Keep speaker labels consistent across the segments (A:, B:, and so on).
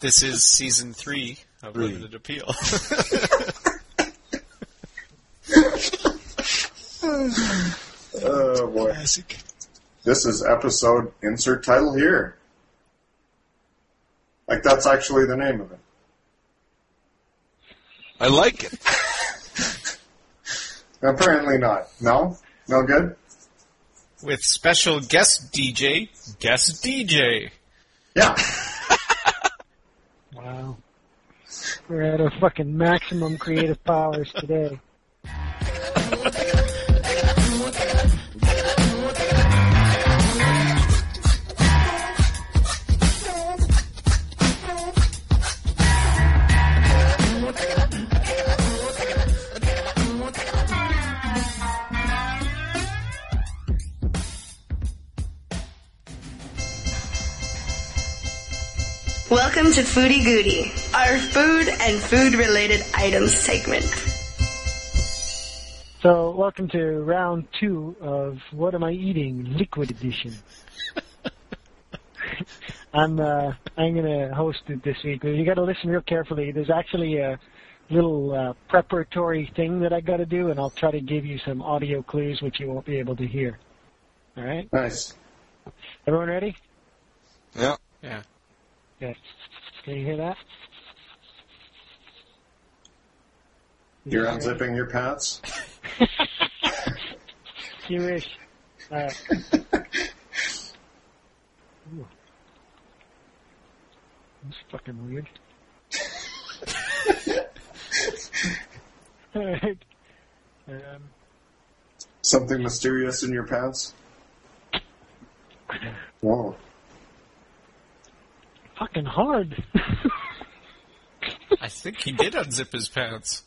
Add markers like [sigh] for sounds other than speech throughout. A: This is season three of
B: Three.
A: Limited Appeal. [laughs]
C: Oh boy.
A: Classic.
C: This is episode insert title here. Like that's actually the name of it.
B: I like it.
C: Apparently not. No? No good?
A: With special guest DJ, guest DJ.
C: Yeah.
D: Wow. We're at our fucking maximum creative powers today.
E: Welcome to Foodie Goody, our food and food related items segment.
D: So, welcome to round two of What Am I Eating? Liquid Edition. I'm uh, I'm gonna host it this week. You gotta listen real carefully. There's actually a little uh, preparatory thing that I gotta do, and I'll try to give you some audio clues which you won't be able to hear. All right,
C: Nice.
D: everyone ready?
B: Yeah.
A: Yeah.
D: Yes. Can you hear that?
C: You're unzipping your pants?
D: You wish. All [laughs] right. Ooh. That's fucking weird. [laughs] Alright. Um,
C: Something mysterious in your pants? Whoa.
D: fucking hard. [laughs]
A: I think he did unzip his pants.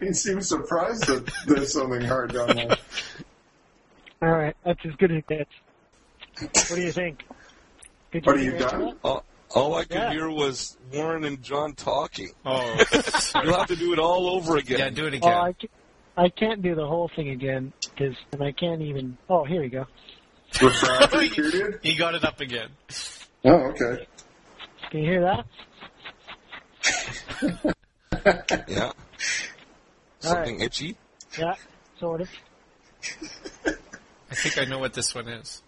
C: He seems surprised that there's something hard down there.
D: Alright, that's as good as it gets. What do you think? Good
C: What do you got?
B: All, all I could
D: Yeah.
B: hear was Warren and John
D: [laughs]
B: talking.
A: Oh.
B: You'll have to do it all over again.
A: yeah, do it
D: Oh,
A: again.
D: I, ca- I can't do the whole thing again, because, and I can't even, oh, here we go.
C: Refractory period?
A: he got it up again.
C: Oh, okay.
D: Can you hear that?
B: Yeah. Something itchy.
D: Yeah, sort of.
A: I think I know what this one is.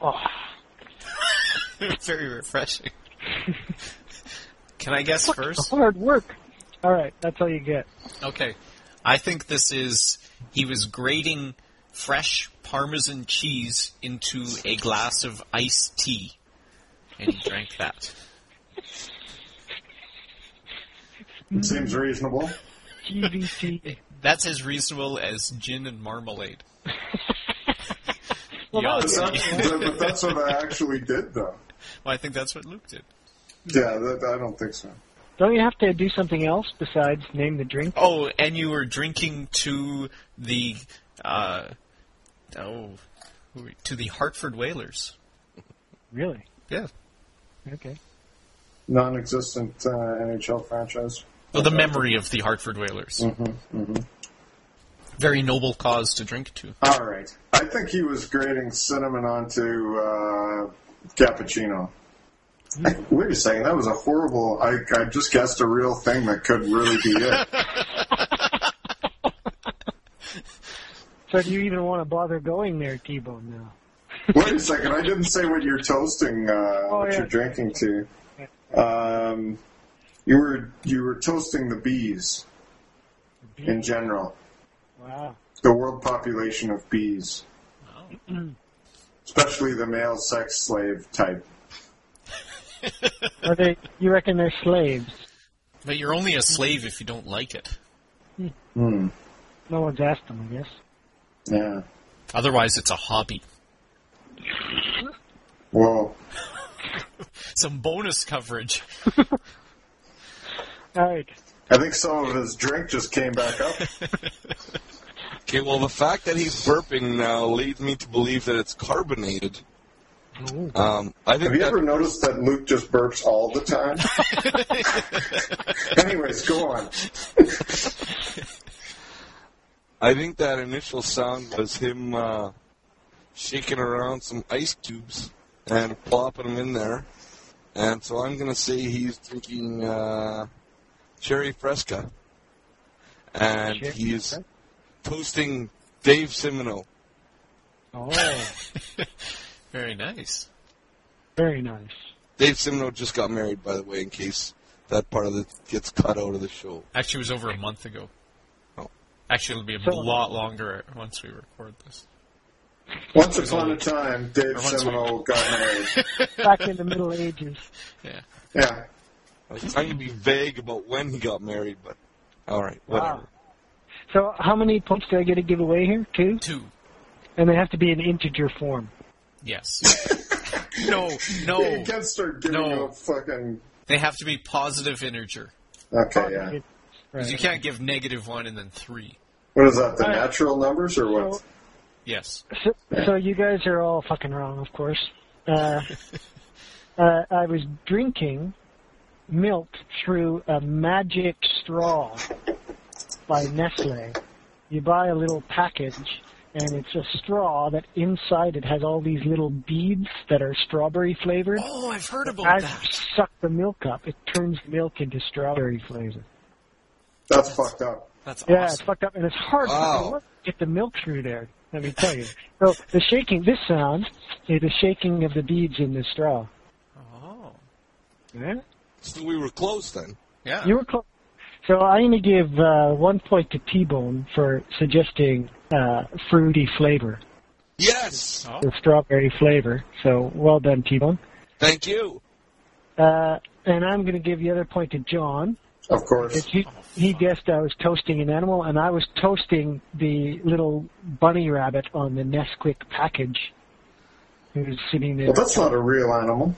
D: Oh.
A: [laughs] Very refreshing. Can I guess first?
D: Hard work. All right, that's all you get.
A: Okay. I think this is he was grating fresh Parmesan cheese into a glass of iced tea, and he drank that.
C: Seems reasonable.
D: GVT.
A: That's as reasonable as gin and marmalade.
D: Well,
A: Yeah,
C: But
D: that was-
C: that's, but that's what I actually did, though.
A: Well, I think that's what Luke did.
C: Yeah, that, I don't think so.
D: Don't you have to do something else besides name the drink?
A: Oh, and you were drinking to the uh, oh, who were- to the Hartford Whalers.
D: Really?
A: Yeah.
D: Okay.
C: Non-existent uh, NHL franchise.
A: Well, the memory of the Hartford Whalers.
C: Mm-hmm, mm-hmm.
A: Very noble cause to drink to.
C: All right. I think he was grating cinnamon onto uh, cappuccino. Wait a second. That was a horrible. I, I just guessed a real thing that could really be it.
D: So do you even want to bother going there, T-Bone? Now.
C: Wait a second. I didn't say what you're toasting. Uh, what
D: yeah.
C: you're drinking to. Um, you were you were toasting the bees in general.
D: Wow.
C: The world population of
A: [clears throat]
C: bees, especially the male sex slave type.
D: Are they? You reckon they're slaves?
A: But you're only a slave if you don't like it.
C: Hmm.
D: No one's asked them, I guess.
C: Yeah.
A: Otherwise, it's a hobby.
C: Well,
A: Some bonus coverage. [laughs]
D: All right.
C: I think some of his drink just came back up.
B: Okay, well, the fact that he's burping now leads me to believe that it's carbonated.
D: Ooh.
B: Um, I think
C: Have you
B: that
C: ever noticed that Luke just burps all the
A: [laughs]
C: time? Anyways, go on.
B: I think that initial sound was him uh, shaking around some ice cubes and plopping them in there. And so I'm going to say he's drinking uh, cherry fresca. And
D: Cherry
B: he's
D: Fresca?
B: toasting Dave Simino.
D: Oh,
A: Very nice.
D: very nice.
B: Dave Simino just got married, by the way, in case that part of it gets cut out of the show.
A: Actually, it was over a month ago.
B: Oh.
A: Actually, it'll be a
D: So-
A: lot longer once we record this.
C: Once upon a time, Dave
A: Or once
C: Seminole got married.
D: Back in the Middle Ages.
A: Yeah.
C: Yeah.
B: I was trying to be vague about when he got married, but all right, whatever.
D: Wow. So how many points do I get to give away here? Two?
A: Two.
D: And they have to be in integer form.
A: Yes. no,
C: You
A: no.
C: can start giving
A: Oh. No.
C: no. fucking.
A: They have to be positive integer.
C: Okay, yeah.
D: Right.
A: Because you can't give negative one and then three.
C: What is that, the
D: Alright.
C: natural numbers or what?
A: Yes.
D: So, so you guys are all fucking wrong, of course. Uh, uh, I was drinking milk through a magic straw by Nestle. You buy a little package, and it's a straw that inside it has all these little beads that are strawberry flavored.
A: Oh, I've heard about
D: As
A: that.
D: you suck the milk up, it turns milk into strawberry flavor.
C: That's fucked up.
A: That's
D: Yeah, it's
A: awesome.
D: fucked up, and it's hard
B: Wow.
D: to work- get the milk through there. Let me tell you. So the shaking, this sound, is the shaking of the beads in the straw.
A: Oh.
D: Yeah.
B: So we were close then.
A: Yeah.
D: You were close. So I'm going to give uh, one point to T-Bone for suggesting uh, fruity flavor,
B: Yes,
A: Oh.
D: the strawberry flavor. So well done, T-Bone.
B: thank you.
D: Uh, and I'm going to give the other point to John.
C: Of course.
D: He, he guessed I was toasting an animal, and I was toasting the little bunny rabbit on the Nesquik package. Who was sitting there?
C: Well, that's not a real animal.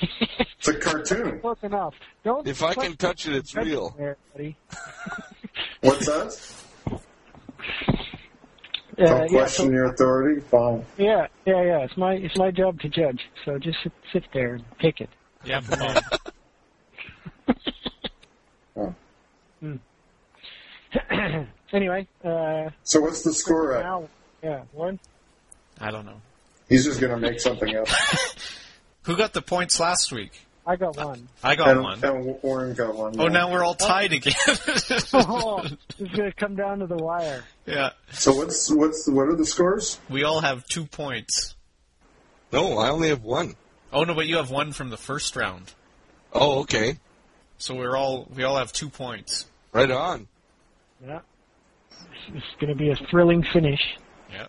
C: It's a cartoon.
D: Close enough. Don't
B: If I can
D: touch
B: touch it, it's
D: the
B: real.
D: there, buddy.
C: What's that?
D: Uh,
C: Don't
D: yeah,
C: question
D: so,
C: your authority. Fine.
D: yeah, yeah, yeah. It's my it's my job to judge. So just sit, sit there and take it. [clears throat]
A: Yeah.
C: Oh.
D: anyway, uh,
C: So what's the score at?
D: now, yeah, one.
A: I don't know.
C: He's just gonna make something up.
A: Who got the points last week?
D: I got
B: [laughs]
D: one.
A: I got
C: And,
A: one.
C: and Warren got one.
A: Oh,
C: yeah.
A: now we're all tied again. [laughs]
D: Oh, it's gonna come down to the wire.
A: yeah.
C: So what's what's what are the scores?
A: We all have two points.
B: No, I only have one.
A: Oh no, but you have one from the first round.
B: Oh, okay.
A: So we're all we all have two points.
B: Right on.
D: Yeah, it's gonna be a thrilling finish.
A: Yeah.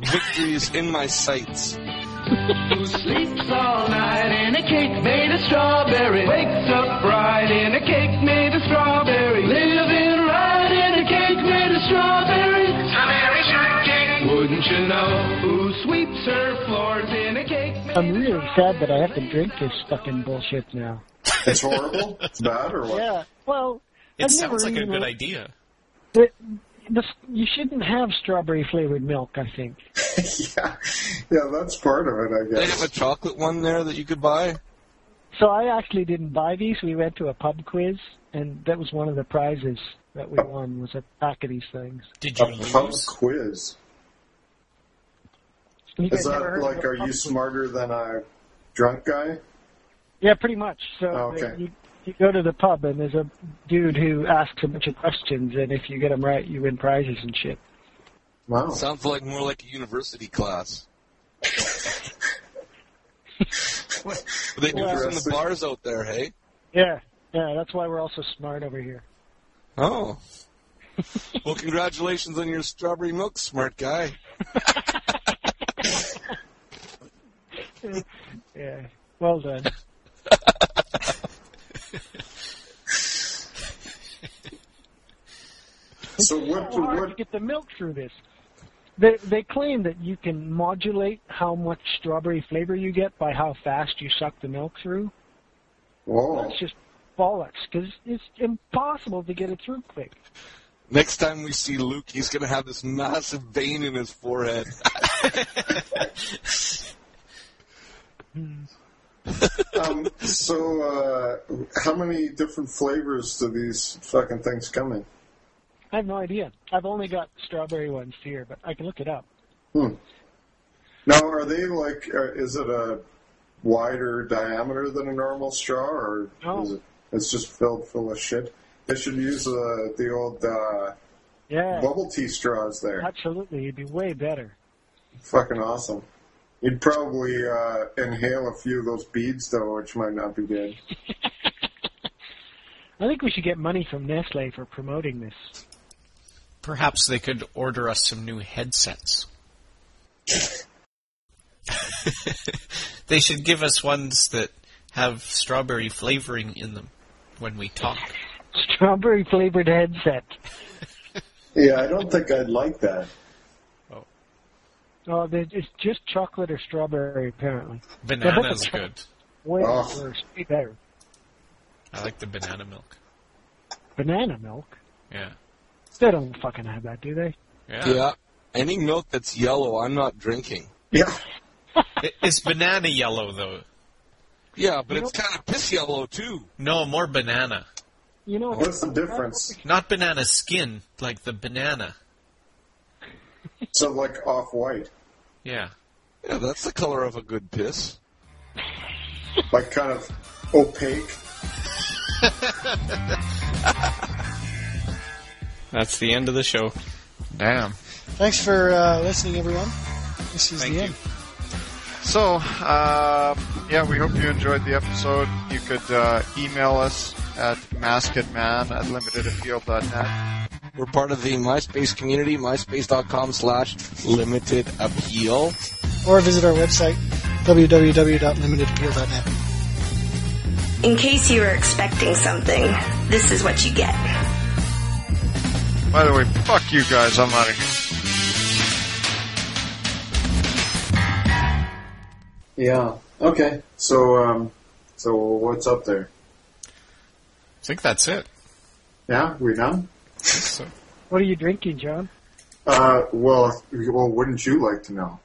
B: Victory is in my sights.
F: Sleeps all night in a cake made of strawberry. Wakes up bright in a cake made of strawberry. Living right in a cake made of strawberry. Strawberry shortcake. Wouldn't you know? Who sweeps her floors in a cake made
D: I'm
F: of
D: really
F: strawberry?
D: sad that I have to drink this fucking bullshit now.
C: It's horrible. it's bad or what?
D: Yeah. Well,
A: It
D: I've
A: sounds
D: never
A: like a
D: even-
A: good idea.
D: The, the, you shouldn't have strawberry flavored milk. I think.
C: yeah, [laughs] yeah, that's part of it, I
B: They have a
C: guess.
B: chocolate one there that you could buy.
D: So I actually didn't buy these. We went to a pub quiz, and that was one of the prizes that we won was a pack of these things.
A: Did you
C: A pub
A: lose?
C: quiz.
D: You
C: Is
D: guys never
C: that
D: heard of
C: like,
D: a
C: are
D: pub
C: you
D: quiz?
C: smarter than a drunk guy?
D: Yeah, pretty much. So
C: Oh, okay.
D: uh, you, you go to the pub, and there's a dude who asks a bunch of questions, and if you get them right, you win prizes and shit.
C: Wow.
B: Sounds like more like a university class. What they do this in the bars out there, hey?
D: Yeah, yeah. That's why we're all so smart over here.
B: Oh. Well, congratulations on your strawberry milk, smart guy.
D: Yeah. Well done.
C: So what?
D: how hard to
C: What?
D: get the milk through this. They they claim that you can modulate how much strawberry flavor you get by how fast you suck the milk through.
C: Whoa!
D: That's just bollocks because it's impossible to get it through quick.
B: Next time we see Luke, he's going to have this massive vein in his forehead.
C: Um, so uh, how many different flavors do these fucking things come in?
D: I have no idea. I've only got strawberry ones here, but I can look it up.
C: Hmm. Now, are they like? Uh, is it a wider diameter than a normal straw, or
D: No.
C: is it? It's just filled full of shit. They should use uh, the old uh,
D: Yeah,
C: bubble tea straws there.
D: absolutely. It'd be way better.
C: Fucking awesome. You'd probably uh, inhale a few of those beads though, which might not be good.
D: I think we should get money from Nestle for promoting this. [laughs]
A: Perhaps they could order us some new headsets. [laughs] they should give us ones that have strawberry flavoring in them when we talk.
D: Strawberry flavored headset.
C: Yeah, I don't think I'd like that.
D: Oh, they- it's just chocolate or strawberry, apparently.
A: Banana's good.
D: Way
C: Oh.
D: worse. Way better.
A: I like the banana milk.
D: Banana milk.
A: Yeah.
D: They don't fucking have that, do they?
A: Yeah.
B: Yeah. Any milk that's yellow, I'm not drinking.
C: Yeah.
A: I- It's banana yellow though.
B: Yeah, but it's kind of piss yellow too.
A: No, more banana.
D: You know
C: What's the difference?
A: Not banana skin, like the banana.
C: So like off white,
A: Yeah.
B: Yeah, that's the color of a good piss.
C: like kind of opaque.
G: That's the end of the show.
A: Damn.
H: Thanks for uh, listening, everyone. This is
G: Thank
H: the
G: you.
H: end.
I: So, uh, yeah, we hope you enjoyed the episode. You could uh, email us at maskedman at limitedappeal.net.
B: We're part of the MySpace community, myspace.com slash limited appeal.
H: Or visit our website, www.limitedappeal.net.
E: In case you were expecting something, this is what you get.
I: By the way, fuck you guys, I'm out of here.
C: Yeah. Okay. So um, so what's up there?
A: I think that's it.
C: Yeah, we done.
A: So,
D: What are you drinking, John?
C: Uh, well, well, wouldn't you like to know?